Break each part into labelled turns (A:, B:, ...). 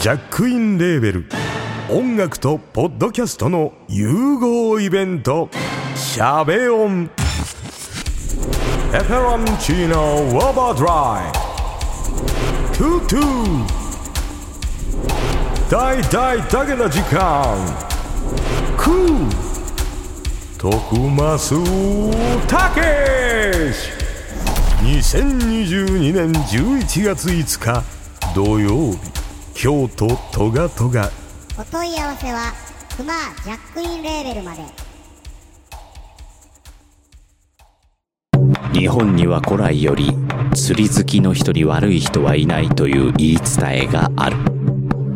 A: ジャックインレーベル音楽とポッドキャストの融合イベント「シャベオン」「エフェロンチーノウォーバードライ」「トゥトゥ」「大大だけの時間」「クー」「徳マスたけし」2022年11月5日土曜日京都トガトガ
B: お問い合わせはクマジャックインレーベルまで
C: 日本には古来より釣り好きの人に悪い人はいないという言い伝えがある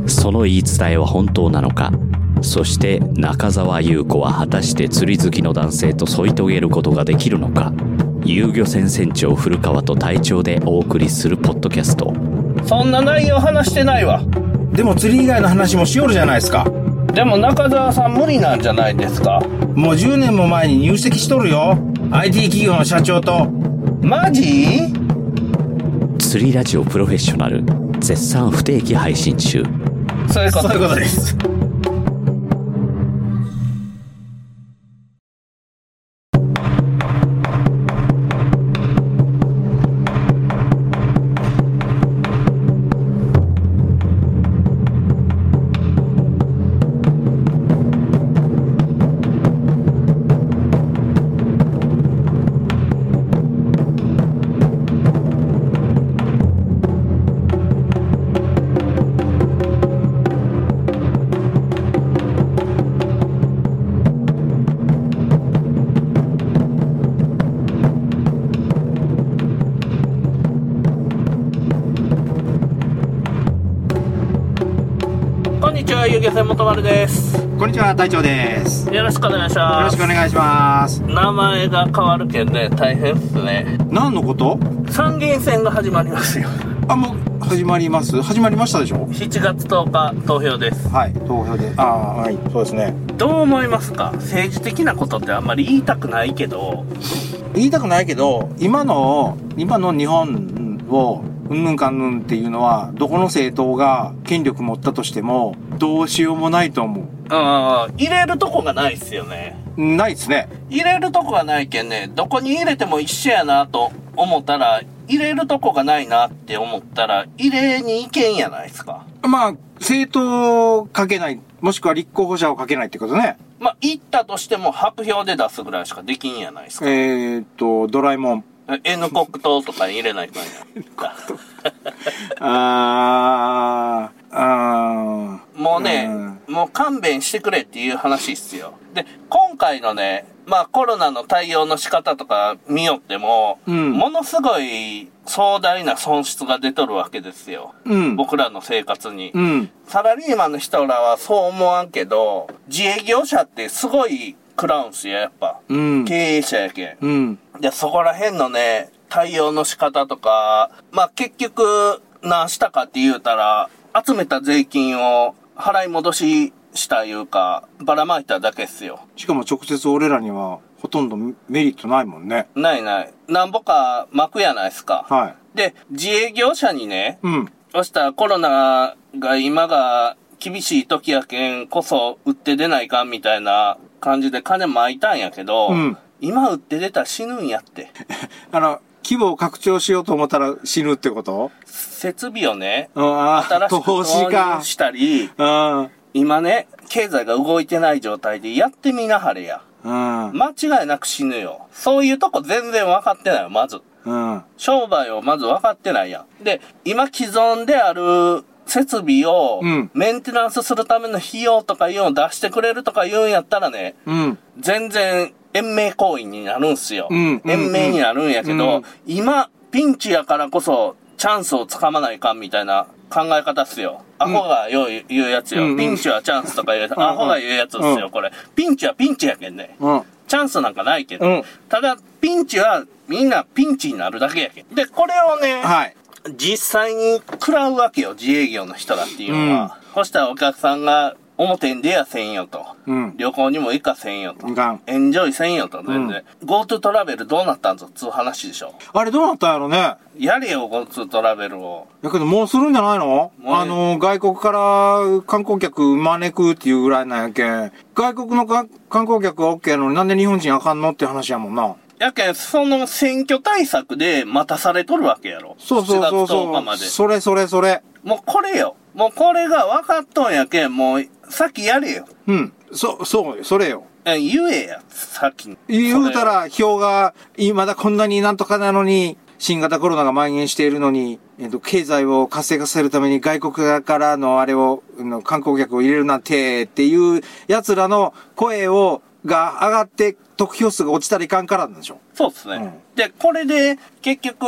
C: その言い伝えは本当なのかそして中澤優子は果たして釣り好きの男性と添い遂げることができるのか遊漁船船長古川と隊長でお送りするポッドキャスト
D: そんな内容話してないわ。
E: でも釣り以外の話もしよるじゃないですか。
D: でも中澤さん無理なんじゃないですか。
E: もう10年も前に入籍しとるよ。IT 企業の社長と。
D: マジ
C: 釣りラジオプロフェッショナル絶賛不定期配信中
D: そういうこと。
E: そういうことです。
D: こんにちは、ゆうげせんもとまるです。よ
E: こんにちは、隊長です。よ
D: ろしくお願いしま
E: ろし
D: す
E: くお。願いします。
D: 名前が変わるけんね、大変っすね。
E: 何のこと
D: 参議院選が始まりますよ。
E: あ、もう始まります。始まりましたでしょ
D: 7月10日投票です。
E: はい、投票で。ああ、はい、そうですね。
D: どう思いますか政治的なことってあんまり言いたくないけど、
E: 言いたくないけど、今の、今の日本を、うんぬんかんぬんっていうのは、どこの政党が権力持ったとしても、どうしようもないと思
D: うん、入れるとこがないっすよね。
E: う。ないですね。
D: 入れるとこがないけんね、どこに入れても一緒やなと思ったら、入れるとこがないなって思ったら、入れに行けんやないですか。
E: まあ、政党をかけない、もしくは立候補者をかけないってことね。
D: まあ、行ったとしても白票で出すぐらいしかできんやないですか。
E: えー、っと、ドラえもん。
D: N 国党とかに入れないといけないか。
E: あー、あ
D: もうね、もう勘弁してくれっていう話っすよ。で、今回のね、まあコロナの対応の仕方とか見よっても、
E: うん
D: ものすごい壮大な損失が出とるわけですよ。
E: うん
D: 僕らの生活に。
E: ー、うん。
D: サラリーマンの人らはそう思わんけど、自営業者ってすごい食らうんすよ、やっぱ。
E: うん。
D: 経営者やけん。
E: うん。
D: で、そこら辺のね、対応の仕方とか、まあ結局、何したかって言うたら、集めた税金を払い戻ししたいうか、ばらまいただけっすよ。
E: しかも直接俺らには、ほとんどメリットないもんね。
D: ないない。なんぼか巻くやないっすか。
E: はい。
D: で、自営業者にね、
E: うん。
D: そしたらコロナが今が厳しい時やけんこそ売って出ないかんみたいな感じで金巻いたんやけど、
E: うん
D: 今売って出たら死ぬんやって。
E: あの、規模を拡張しようと思ったら死ぬってこと
D: 設備をね、
E: あ
D: 新しく
E: 投
D: 投
E: 資か
D: 入。したり、
E: うん。
D: 今ね、経済が動いてない状態でやってみなはれや。
E: うん。
D: 間違いなく死ぬよ。そういうとこ全然分かってないよ、まず。
E: うん。
D: 商売をまず分かってないやん。で、今既存である設備を
E: うん
D: メンテナンスするための費用とかいうのを出してくれるとか言うんやったらね、
E: うん。
D: 全然延命行為になるんすよ。
E: うんうん
D: 延命になるんやけど、
E: うん
D: 今、ピンチやからこそチャンスをつかまないかんみたいな考え方っすよ。アホがよう言う言うやつよ。
E: うんうん
D: ピンチはチャンスとか言うやつ、
E: んうん
D: アホが言うやつっすよ、
E: うん
D: これ。ピンチはピンチやけんね。
E: うん。
D: チャンスなんかないけど。
E: うん
D: ただ、ピンチは、みんなピンチになるだけやけん。で、これをね、
E: はい。
D: 実際に食らうわけよ、自営業の人だっていうのは。そしたらお客さんが表に出やせんよと。
E: うん
D: 旅行にも行かせんよと。
E: いかん
D: エンジョイせんよと、全然。GoTo トラベルどうなったんぞっつう話でしょ。
E: あれどうなったんやろねや
D: やれよ、GoTo トラベルを。
E: けどもうするんじゃないの
D: もうね
E: あの、外国から観光客招くっていうぐらいなんやけん。外国のか観光客は OK やのになんで日本人あかんのって話やもんな。
D: やけん、その選挙対策で待たされとるわけやろ。
E: そうそうそう
D: 7月10日
E: そ
D: ま
E: う。
D: で。
E: それそれそれ。
D: もうこれよ。もうこれが分かっとんやけん、もう、さっきやれよ。
E: うん。そ、そうよ、それよ。
D: え言えや、さっきに。
E: 言うたら、票が、いまだこんなになんとかなのに、新型コロナが蔓延しているのに、えっと、経済を活性化させるために外国からのあれを、あの観光客を入れるなんて、っていう奴らの声を、が上がって、得票数が落ちたらいかんからなんでしょ。
D: そうですね、で、これで、結局、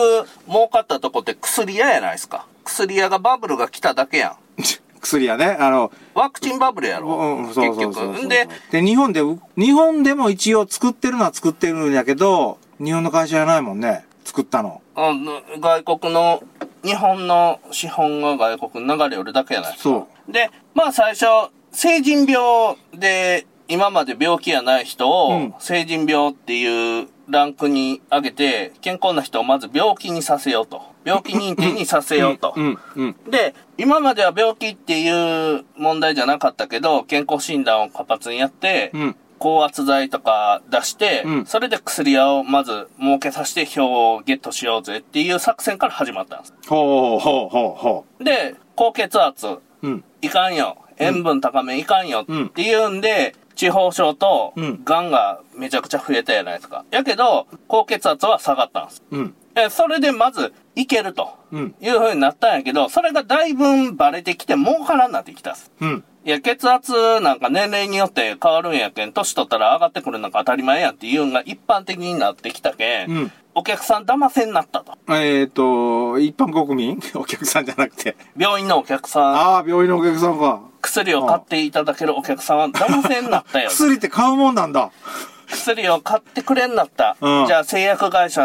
D: 儲かったとこって薬屋やないですか。薬屋がバブルが来ただけやん。
E: 薬やね、あの、
D: ワクチンバブルやろ。
E: うん、そうそうそうそう
D: 結局。んで、
E: で、日本で、日本でも一応作ってるのは作ってるんやけど、日本の会社じゃないもんね、作ったの。
D: あの外国の、日本の資本が外国に流れよるだけやないですか。
E: そう。
D: で、まあ最初、成人病で、今まで病気やない人
E: う
D: を
E: ん、
D: 成人病っていうランクに上げて、健康な人をまず病気にさせようと。病気認定にさせようと。
E: うん、うん。
D: で、今までは病気っていう問題じゃなかったけど、健康診断を活発にやって、
E: うん
D: 高圧剤とか出して、
E: うん
D: それで薬屋をまず儲けさせて票をゲットしようぜっていう作戦から始まったんです。
E: ほうほうほうほ
D: で、高血圧、
E: う。うん。
D: いかんよ。塩分高めいかんよ。
E: うん
D: っていうんで、地方症と
E: うん、
D: がんがめちゃくちゃ増えたじゃないですか。やけど、高血圧は下がったんです。
E: うん。
D: え、それでまず、いけると。
E: うん。
D: いう風になったんやけど、それがだいぶんバレてきて、儲からんなってきたっす。
E: うん。
D: いや、血圧なんか年齢によって変わるんやけん、年取ったら上がってくるのが当たり前やんっていうんが一般的になってきたけん、
E: うん
D: お客さん騙せになったと。
E: えっ、と、一般国民 お客さんじゃなく て。
D: 病院のお客さん、
E: ああ、病院のお客さんか。
D: 薬を買っていただけるお客さんは騙せになったよ。
E: 薬って買うもんなんだ。
D: 薬を買ってくれんなった。
E: うん
D: じゃあ製薬会社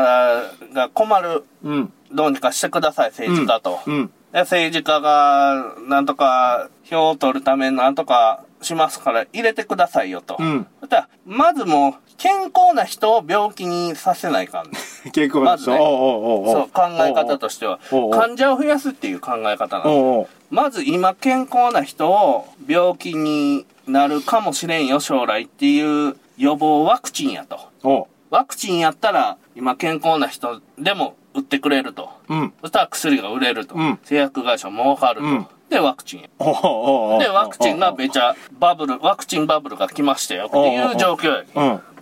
D: が困る。
E: うん。
D: どうにかしてください、政治家と。
E: うんうん
D: で政治家が、なんとか、票を取るためなんとかしますから入れてくださいよと。
E: うん
D: そしたらまずもう、健康な人を病気にさせないかんね。
E: 結構
D: まずね
E: おうおうお
D: そう、考え方と
E: して。
D: しては
E: おうおう。
D: 患者を増やすっていう考え方なんです
E: おうおう
D: まず今健康な人を病気になるかもしれんよ、将来っていう予防ワクチンやと。
E: おう
D: ワクチンやったら、今健康な人でも売ってくれると。
E: うん。
D: そしたら薬が売れると。
E: うん
D: 製薬会社儲かると。
E: うん
D: で、ワクチンや。
E: おうおうおう
D: で、ワクチンがめちゃバブル、ワクチンバブルが来ましたよっていう状況や。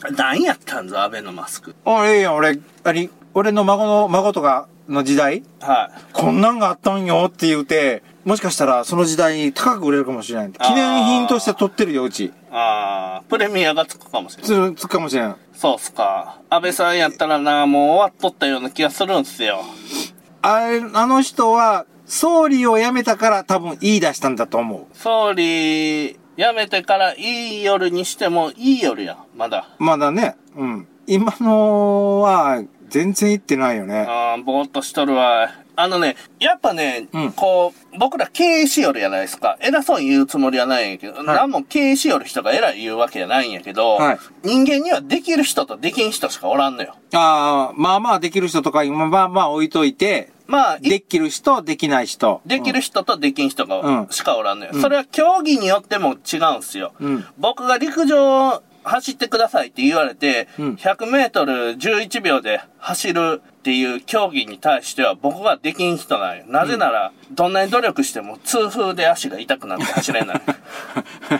E: うん。
D: 何やったんぞ、アベノマスク。
E: あ、ええやん、俺、あれ、俺の孫の、孫とかの時代
D: はい。
E: こんなんがあったんよって言うて、もしかしたらその時代高く売れるかもしれない。記念品として取ってるよ、うち。
D: あー、プレミアがつくかもしれない。
E: つ、つくかもしれん。
D: そうっすか。安倍さんやったらな、もう終わっとったような気がするんすよ。
E: あれ、あの人は、総理を辞めたから多分言い出したんだと思
D: 総理、辞めてからいい夜にしてもいい夜やん、まだ。
E: う。まだね、うん。今のは、全然言ってないよね。
D: あーぼーっとしとるわ。あのね、やっぱね、
E: うん
D: こう、僕ら経営しよるやないですか。偉そうに言うつもりはないんやけど、なんも経営しよる人が偉い言うわけじゃないんやけど、
E: はい
D: 人間にはできる人とできん人しかおらんのよ。
E: ああ、まあまあできる人とか、今まあまあ置いといて、
D: まあ、い
E: できる人、できない人。
D: できる人とできん人が、
E: うん
D: しかおらんのよ。それは競技によっても違うんすよ。
E: うん
D: 僕が陸上を走ってくださいって言われて、
E: うん
D: 100メートル11秒で走るっていう競技に対しては僕ができん人なんよ。なぜなら、どんなに努力しても痛風で足が痛くなって走れ ない。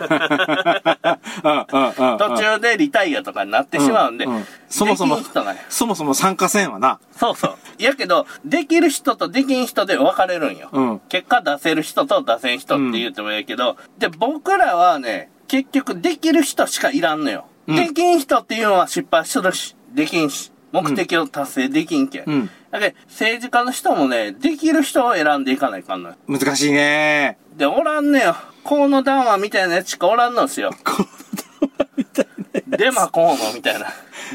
E: うんうんうんうん
D: 途中でリタイアとかになってしまうんで、
E: んんそもそも
D: できん人なんよ、
E: そもそも参加せんわな。
D: そうそう。やけど、できる人とできん人で分かれるんよ。
E: うん
D: 結果出せる人と出せん人って言ってもいいけど、で、僕らはね、結局できる人しかいらんのよ。
E: うん
D: できん人っていうのは失敗するし、できんし、目的を達成できんけ。
E: うん
D: だけど政治家の人もね、できる人を選んでいかないかんのよ。
E: 難しいね。
D: で、おらんねよ。河野談話みたいなやつしかおらんので すよ。河野談話みたいなデマ河野みたいな。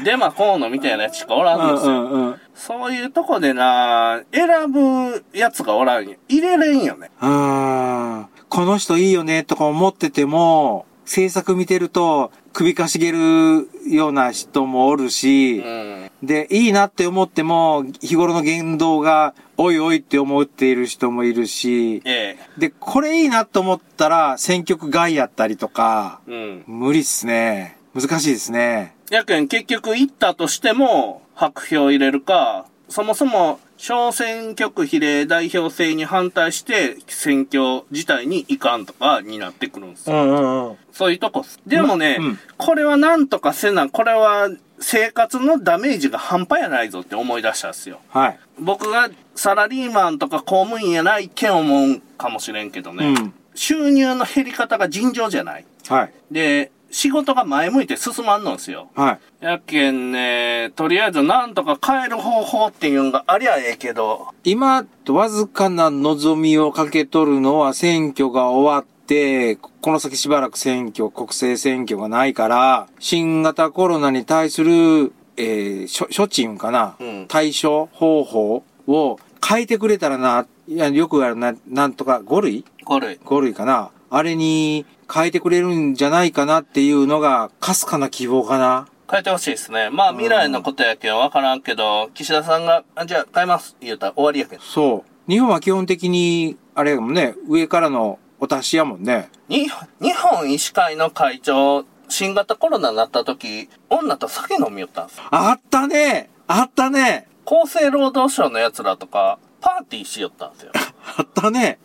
D: デマ河野みたいなやつしかおら
E: うん
D: のですよ。
E: んうんうん。
D: そういうとこでな、選ぶやつがおらんよ。入れれんよね。
E: あーこの人いいよねとか思ってても、制作見てると首かしげるような人もおるし、
D: うん。
E: で、いいなって思っても、日頃の言動が、おいおいって思っている人もいるし、
D: ええ。
E: で、これいいなと思ったら、選曲外やったりとか、
D: うん。
E: 無理っすね。難しいですね。
D: やけん、結局行ったとしても、白票入れるか、そもそも、小選挙区比例代表制に反対して、選挙自体にいかんとかになってくるんですよ。
E: んうんうん。
D: そういうとこっす。でもね、
E: まうん
D: これはなんとかせな、これは生活のダメージが半端やないぞって思い出したんですよ。
E: はい。
D: 僕がサラリーマンとか公務員やないけん思うんかもしれんけどね、
E: うん
D: 収入の減り方が尋常じゃない。
E: はい。
D: で、仕事が前向いて進まんのんすよ。
E: はい。
D: やけんね、とりあえずなんとか変える方法っていうのがありゃええけど、
E: 今、わずかな望みをかけ取るのは選挙が終わって、この先しばらく選挙、国政選挙がないから、新型コロナに対する、えー、処処置いうんかな、
D: うん
E: 対処方法を変えてくれたらな、いやよくあるな、なんとか5類
D: これ、
E: ?5 類かなあれに変えてくれるんじゃないかなっていうのが、かすかな希望かな
D: 変えてほしいですね。まあ未来のことやけんわからんけど、岸田さんが、あじゃあ変えます言うたら終わりやけど。
E: そう。日本は基本的に、あれやもんね、上からのお達しやもんね。
D: に日本医師会の会長、新型コロナになった時、女と酒飲みよったんですよ
E: あったねあったね
D: 厚生労働省の奴らとか、パーティーしよったんですよ。
E: あったね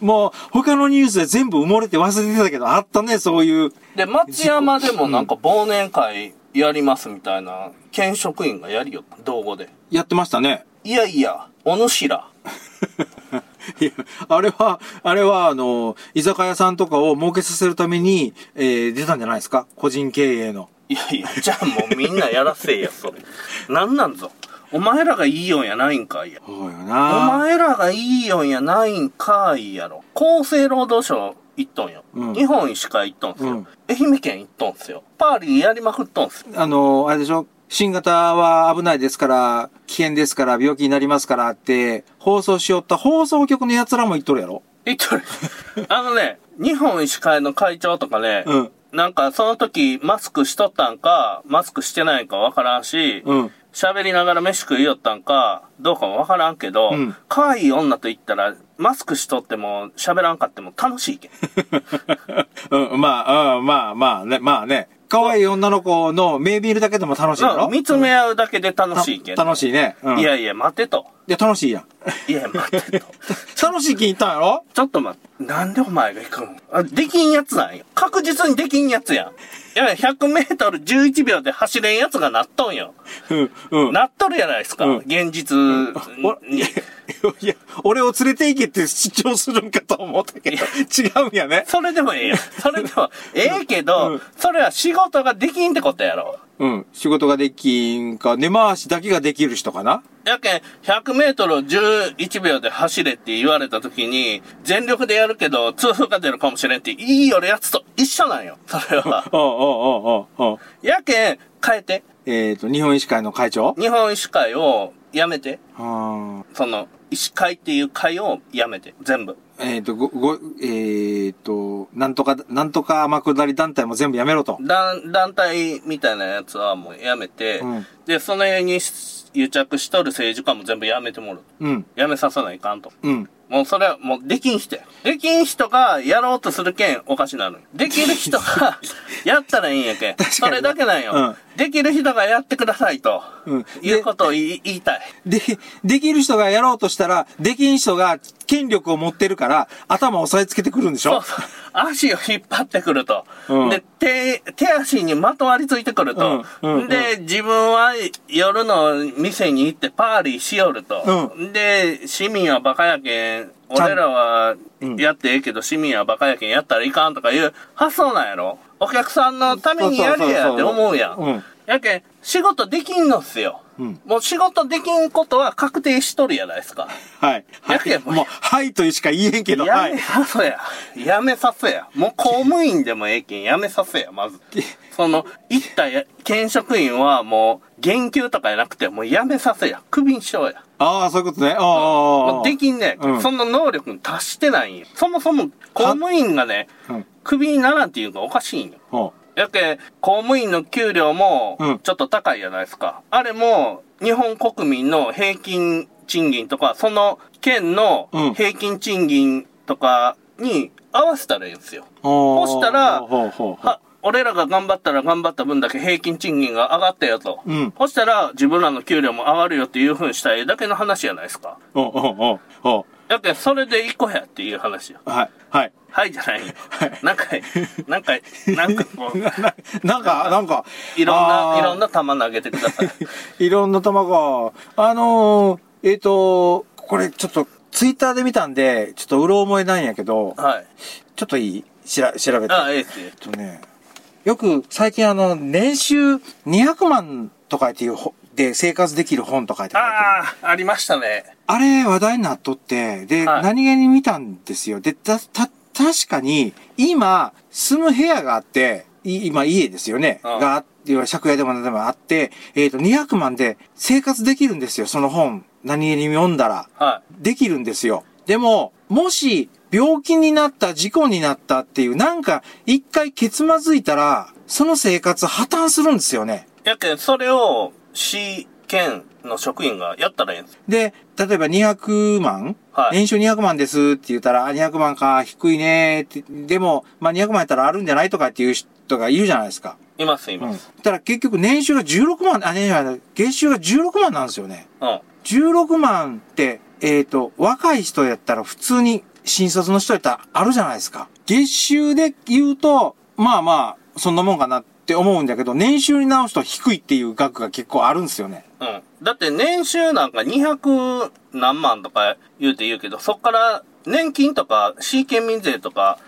E: もう、他のニュースで全部埋もれて忘れてたけど、あったね、そういう。
D: で、松山でもなんか忘年会やりますみたいな、県職員がやりよった、道後で。
E: やってましたね。
D: いやいや、お主ら。
E: いやあれは、あれは、あの、居酒屋さんとかを儲けさせるために、えー出たんじゃないですか個人経営の。
D: いやいや、じゃあもうみんなやらせえや、それ。なんなんぞ。お前らがいいよんやないんかいや。
E: そうよ
D: お
E: な
D: 前らがいいよんやないんかいやろ。厚生労働省行っとんよ。
E: うん
D: 日本医師会行っとんすよ。
E: うん
D: 愛媛県行っとんすよ。パーリーやりまくっとんすよ。
E: あの、あれでしょ新型は危ないですから、危険ですから、病気になりますからって、放送しよった放送局の奴らも言っとるやろ
D: 言っとる。あのね、日本医師会の会長とかね、
E: うん
D: なんかその時マスクしとったんか、マスクしてないんかわからんし、
E: うん
D: 喋りながら飯食いよったんか、どうかもわからんけど、
E: うん
D: 可愛い女と言ったら、マスクしとっても喋らんかっても楽しいけん。
E: うん、まあ、うん、まあ、まあね、まあね。可愛い女の子の目見るだけでも楽しいだろ
D: 見つめ合うだけで楽しいけん。
E: た楽しいね。うん。
D: い
E: いや、
D: やいや、待てと。
E: 楽しい やん。
D: いや、待てと。
E: 楽しい気に入ったんやろ
D: ちょっと待って、なんでお前が行くのあ、できんやつなんよ。確実にできんやつやん。いや、100メートル11秒で走れんやつがなっとんよ。
E: うん、うん。
D: なっとるやないですか。
E: うん
D: 現実
E: お
D: に。
E: いや、俺を連れて行けって主張するんかと思ったけど、違うんやね。
D: それでも ええやん。それでも、ええけど、
E: うん
D: それは仕事ができんってことやろ。
E: うん。仕事ができんか、根回しだけができる人かな。
D: やけん、100メートルを11秒で走れって言われた時に、全力でやるけど、痛風が出るかもしれんって、いいよるやつと一緒なんよ。それは
E: おうおうおうおうおう
D: やけん、変えて。
E: えっ、と、日本医師会の会長
D: 日本医師会をやめて。
E: あー
D: その、医師会っていう会をやめて、全部。
E: えっ、と、ご、ご、えっ、と、なんとか、なんとか天下り団体も全部やめろと。
D: 団、団体みたいなやつはもうやめて、
E: うん
D: で、その辺に癒着しとる政治家も全部やめてもらう。
E: うん、
D: やめさせないかんと。
E: うん。
D: もうそれはもうできん人や。できん人がやろうとするけんおかしなのよ。できる 人がやったらいいんやけん。
E: 確か
D: そ
E: にな
D: れだけなんよ、
E: うん
D: できる人がやってくださいと。
E: うんで
D: いうことを言い言いたい。
E: で、できる人がやろうとしたら、できん人が権力を持ってるから、頭を押さえつけてくるんでし
D: そ
E: ょ
D: うそう。足を引っ張ってくると。
E: うん
D: で、手、手足にまとわりついてくると。
E: うんうんうん
D: で、自分は夜の店に行ってパーリーしよると。
E: う
D: で、市民はバカやけん、
E: ゃん
D: 俺らはやってええけど、市民はバカやけんやったらいかんとかいう発想なんやろお客さんのためにやれやって思う
E: そ
D: や。
E: うそうそうそうん
D: やけん、仕事できんのっすよ。
E: うん
D: もう仕事できんことは確定しとるやないですか。
E: はい。
D: やけん
E: もう、はいというしか言えんけど、は
D: や
E: い
D: め。させや。やめさせや。もう公務員でもええけん、やめさせ や、まず。その、行ったや県職員はもう、減給とかじゃなくて、もうやめさせや。クビにしようや。
E: ああ、そういうことね。ああああ、あ
D: ま
E: あ
D: あ、できんね、
E: うん
D: そんな能力に達してないんよ。そもそも公務員がね、
E: うん。
D: クビにならんっていうのがおかしいんよ。
E: ほ
D: やけ、公務員の給料も
E: うん、
D: ちょっと高いじゃないですか。あれも、日本国民の平均賃金とか、その県の
E: うん
D: 平均賃金とかに合わせたらいいんですよ。
E: う。ほう
D: そしたら
E: ほうほうほう。
D: は、俺らが頑張ったら頑張った分だけ平均賃金が上がったよと。
E: うん
D: そしたら、自分らの給料も上がるよっていうふうにしたいだけの話じゃないですか。
E: ほうほうほうほ
D: やけ、それで一個やっていう話よ。
E: う。はい。はい。
D: はいじゃないよ。なんか、なんか、なんかこう、
E: なんか、なんか、
D: いろんな、いろん
E: な。
D: な球投げてください。
E: いろんな卵。あのー、えっ、と、これちょっと、ツイッターで見たんで、ちょっとうろ覚えなんやけど、
D: はい。
E: ちょっといいしら調べて。
D: ああ、ええっすよ
E: えっとね、よく最近あの、年収200万とかっていうほ、で生活できる本とかって書いてある。
D: ああ、ありましたね。
E: あれ話題になっとって、で、
D: はい
E: 何気に見たんですよ。で、た、た、確かに、今、住む部屋があって、い今家ですよね。
D: うん
E: があって、要は借家でも何でもあって、えっ、と、200万で生活できるんですよ、その本。何気に読んだら。
D: は
E: できるんですよ。でも、もし、病気になった、事故になったっていう、なんか、一回ケツまずいたら、その生活破綻するんですよね。
D: い。やけん、それを、市、県の職員がやったらええんですよ。
E: で、例えば200万、
D: はい
E: 年収200万ですって言ったら、あ、200万か、低いねって、でも、まあ、200万やったらあるんじゃないとかっていう人がいるじゃないですか。
D: います、い
E: うん。
D: ま
E: だ
D: す。
E: から結局年収が16万、あ、年収が、月収が16万なんですよね。
D: うん。
E: 16万って、えっ、と、若い人やったら普通に新卒の人やったらあるじゃないですか。月収で言うと、まあまあ、そんなもんかなって思うんだけど、年収に直すと低いっていう額が結構あるんですよね。
D: うん。だって、年収なんか200何万とか言うて言うけど、そっから、年金とか、市県民税とか、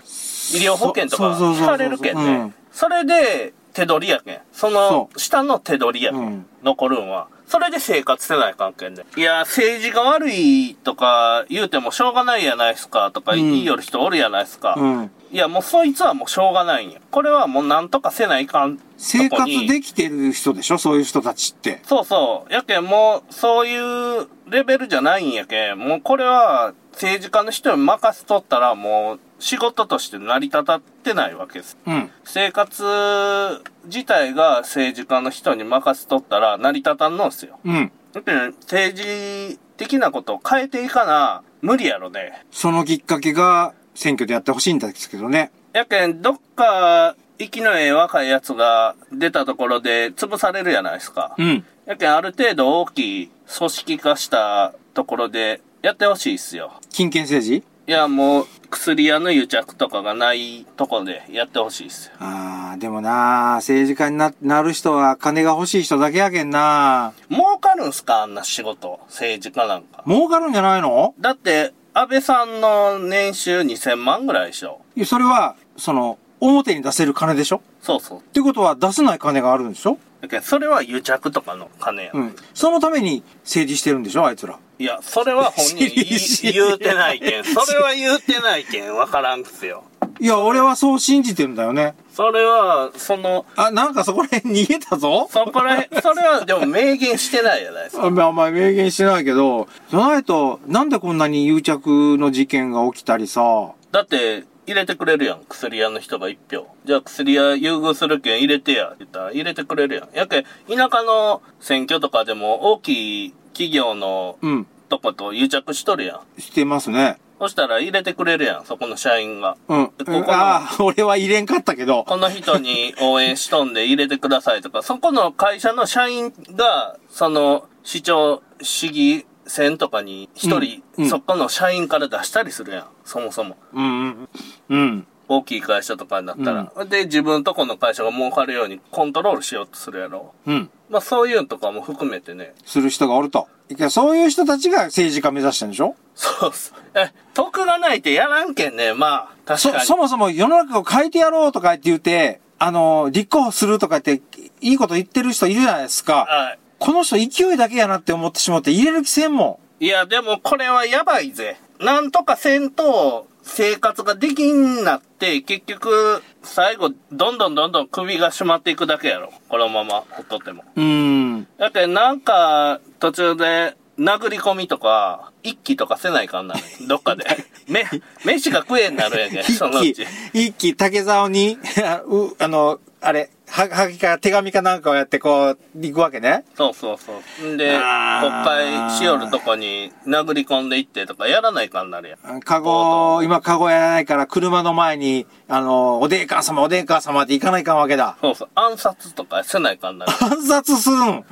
D: 医療保険とか、
E: そうそうそうそう
D: 引かれるけん
E: う
D: ね
E: ん。
D: それで、手取りやけん。その
E: そ、う
D: 下の手取りやけ
E: うんん。
D: 残るんは。それで生活せない関係で。いや、政治が悪いとか言うてもしょうがないやないですかとか言いよる人おるやないですか。
E: うん。
D: いや、もうそいつはもうしょうがないんや。これはもうなんとかせないかんとこ
E: 生
D: に。
E: 活できてる人でしょそういう人たちって。
D: そうそう。やけんもう、そういうレベルじゃないんやけん、もうこれは政治家の人に任せとったらもう仕事として成り立たってないわけです。
E: うん。
D: 生活自体が政治家の人に任せとったら成り立たんのんすよ。
E: うん。
D: だけど政治的なことを変えていかな、無理やろね。
E: そのきっかけが選挙でやってほしいんですけどね。
D: やけん、どっか、息のええ若いやつが出たところで潰されるやないですか。
E: うん。
D: やけん、ある程度大きい組織化したところでやってほしいっすよ。
E: 金権政治
D: いや、もう、薬屋の癒着とかがないとこでやってほしいっすよ。
E: ああ、でもなー、政治家にななる人は金が欲しい人だけやけんな
D: 儲かるんすかあんな仕事。政治家なんか。
E: 儲かるんじゃないの
D: だって、安倍さんの年収2000万ぐらいでしょ。
E: いやそれは、その、表に出せる金でしょ
D: そうそう。
E: ってことは出せない金があるんでしょ
D: やけん、それは癒着とかの金や。
E: うん。そのために政治してるんでしょあいつら。
D: いや、それは本人言い
E: 知り
D: 言うてない けん。それは言うてないけん。わからんくすよ。
E: いや、俺はそう信じてるんだよね。
D: それは、その、
E: あ、なんかそこら辺逃げたぞ
D: そこらへん、それはでも明言してないじゃないですか。
E: あんまあんまり明言してないけど、じゃないと、なんでこんなに癒着の事件が起きたりさ、
D: だって、入れてくれるやん。薬屋の人が一票。じゃあ薬屋優遇するけん入れてや。って言ったら入れてくれるやん。やけん、田舎の選挙とかでも大きい企業の
E: うん、
D: とこと癒着しとるやん。
E: してますね。
D: そしたら入れてくれるやん。そこの社員が。
E: うん。
D: ここの
E: ああ、俺は入れんかったけど。
D: この人に応援しとんで入れてくださいとか、そこの会社の社員が、その、市長、市議選とかに一
E: う
D: 人、
E: んうん
D: そこの社員から出したりするやん。そもそも。
E: うん、うん、うん。
D: 大きい会社とかになったら。で、自分とこの会社が儲かるようにコントロールしようとするやろ。
E: うん。
D: まあそういうのとかも含めてね。
E: する人がおると。いやそういう人たちが政治家目指してるんでしょ
D: そうそう。え、得がないってやらんけんね。まあ、確
E: そ、
D: かに。
E: そもそも世の中を変えてやろうとかって言って、あの、立候補するとかって、いいこと言ってる人いるじゃないですか。
D: はい。
E: この人勢いだけやなって思ってしまって入れる気せんも
D: いや、でもこれはやばいぜ。なんとかせんと、生活ができんなって、結局、最後、どんどんどんどん首が締まっていくだけやろ。このまま、ほっとっても。
E: ん。うーん。
D: だってなんか、途中で、殴り込みとか、一気とかせないかん なのにどっかで。め、飯が食えんなるやんけ、そのう
E: 一
D: ち
E: 気。、一気、竹竿に、 うあの、あれ、は、はぎか、手紙かなんかをやって、こう、行くわけね。
D: そうそうそう。んで、国
E: あー
D: 会しよるとこに殴り込んでいってとかやらないかんなるやん。
E: カゴ、今カゴやらないから、車の前に、あの、おでんかん様、おでんかん様って行かないかんわけだ。
D: そうそう。暗殺とかせないかんなる。
E: 暗殺するん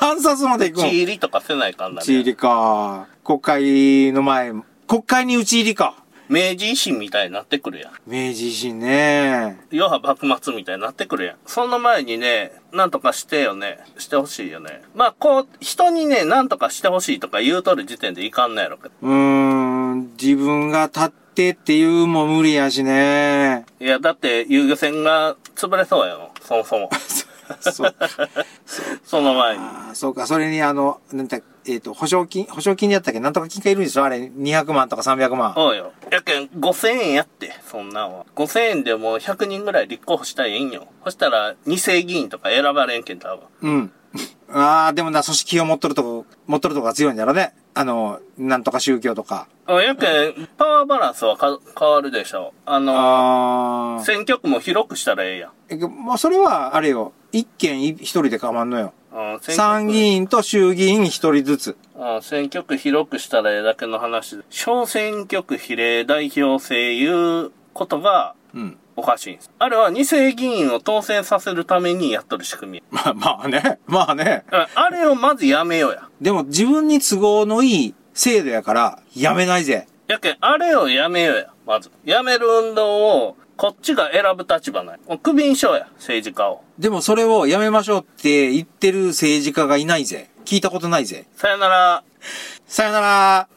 E: 暗殺まで行く
D: 血
E: ん
D: 入りとかせないかんな
E: 打
D: る
E: ち
D: や
E: 入
D: ん。
E: りか。国会の前、国会に打ち入りか。
D: 明治維新みたいになってくるやん。
E: 明治維新ね。
D: 余波幕末みたいになってくるやん。その前にね、なんとかしてよね。してほしいよね。まあ、こう、人にね、なんとかしてほしいとか言うとる時点でいかんのやろけど。
E: うーん、自分が立ってっていうも無理やしね。
D: いや、だって、遊漁船が潰れそうやもん。そも そも。
E: そう。
D: その前に。
E: あ そうか、それにあの、なんて、えっ、と、保証金、保証金でやったっけなんとか金がいるんでしょあれ、200万とか300万。
D: そうよ。やけん、5000円やって、そんなんは。5000円でもう100人ぐらい立候補したらええんよ。そしたら、二世議員とか選ばれんけん、多分。
E: うん。ああ、でもな、組織を持っとるとこ、持っとるとこが強いんだろうね。あの、なんとか宗教とか。
D: あやけん、パワーバランスはか変わるでしょ。あの、
E: ああ。
D: 選挙区も広くしたらええやん。
E: えもうそれは、あれよ。一県い一人で構わんのよ。
D: うん、選挙区
E: 参議院と衆議院一人ずつ。
D: うん、選挙区広くしたらええだけの話で小選挙区比例代表制いうことが
E: うん。
D: おかしいんです。あれは二世議員を当選させるためにやっとる仕組み。
E: まあ、まあね。まあね。
D: だからあれをまずやめようや。
E: でも自分に都合のいい制度やから、やめないぜ。
D: やけん、あれをやめようや、まず。やめる運動を、こっちが選ぶ立場ない。もうクビにしようや、政治家を。
E: でもそれをやめましょうって言ってる政治家がいないぜ。聞いたことないぜ。
D: さよなら。
E: さよなら。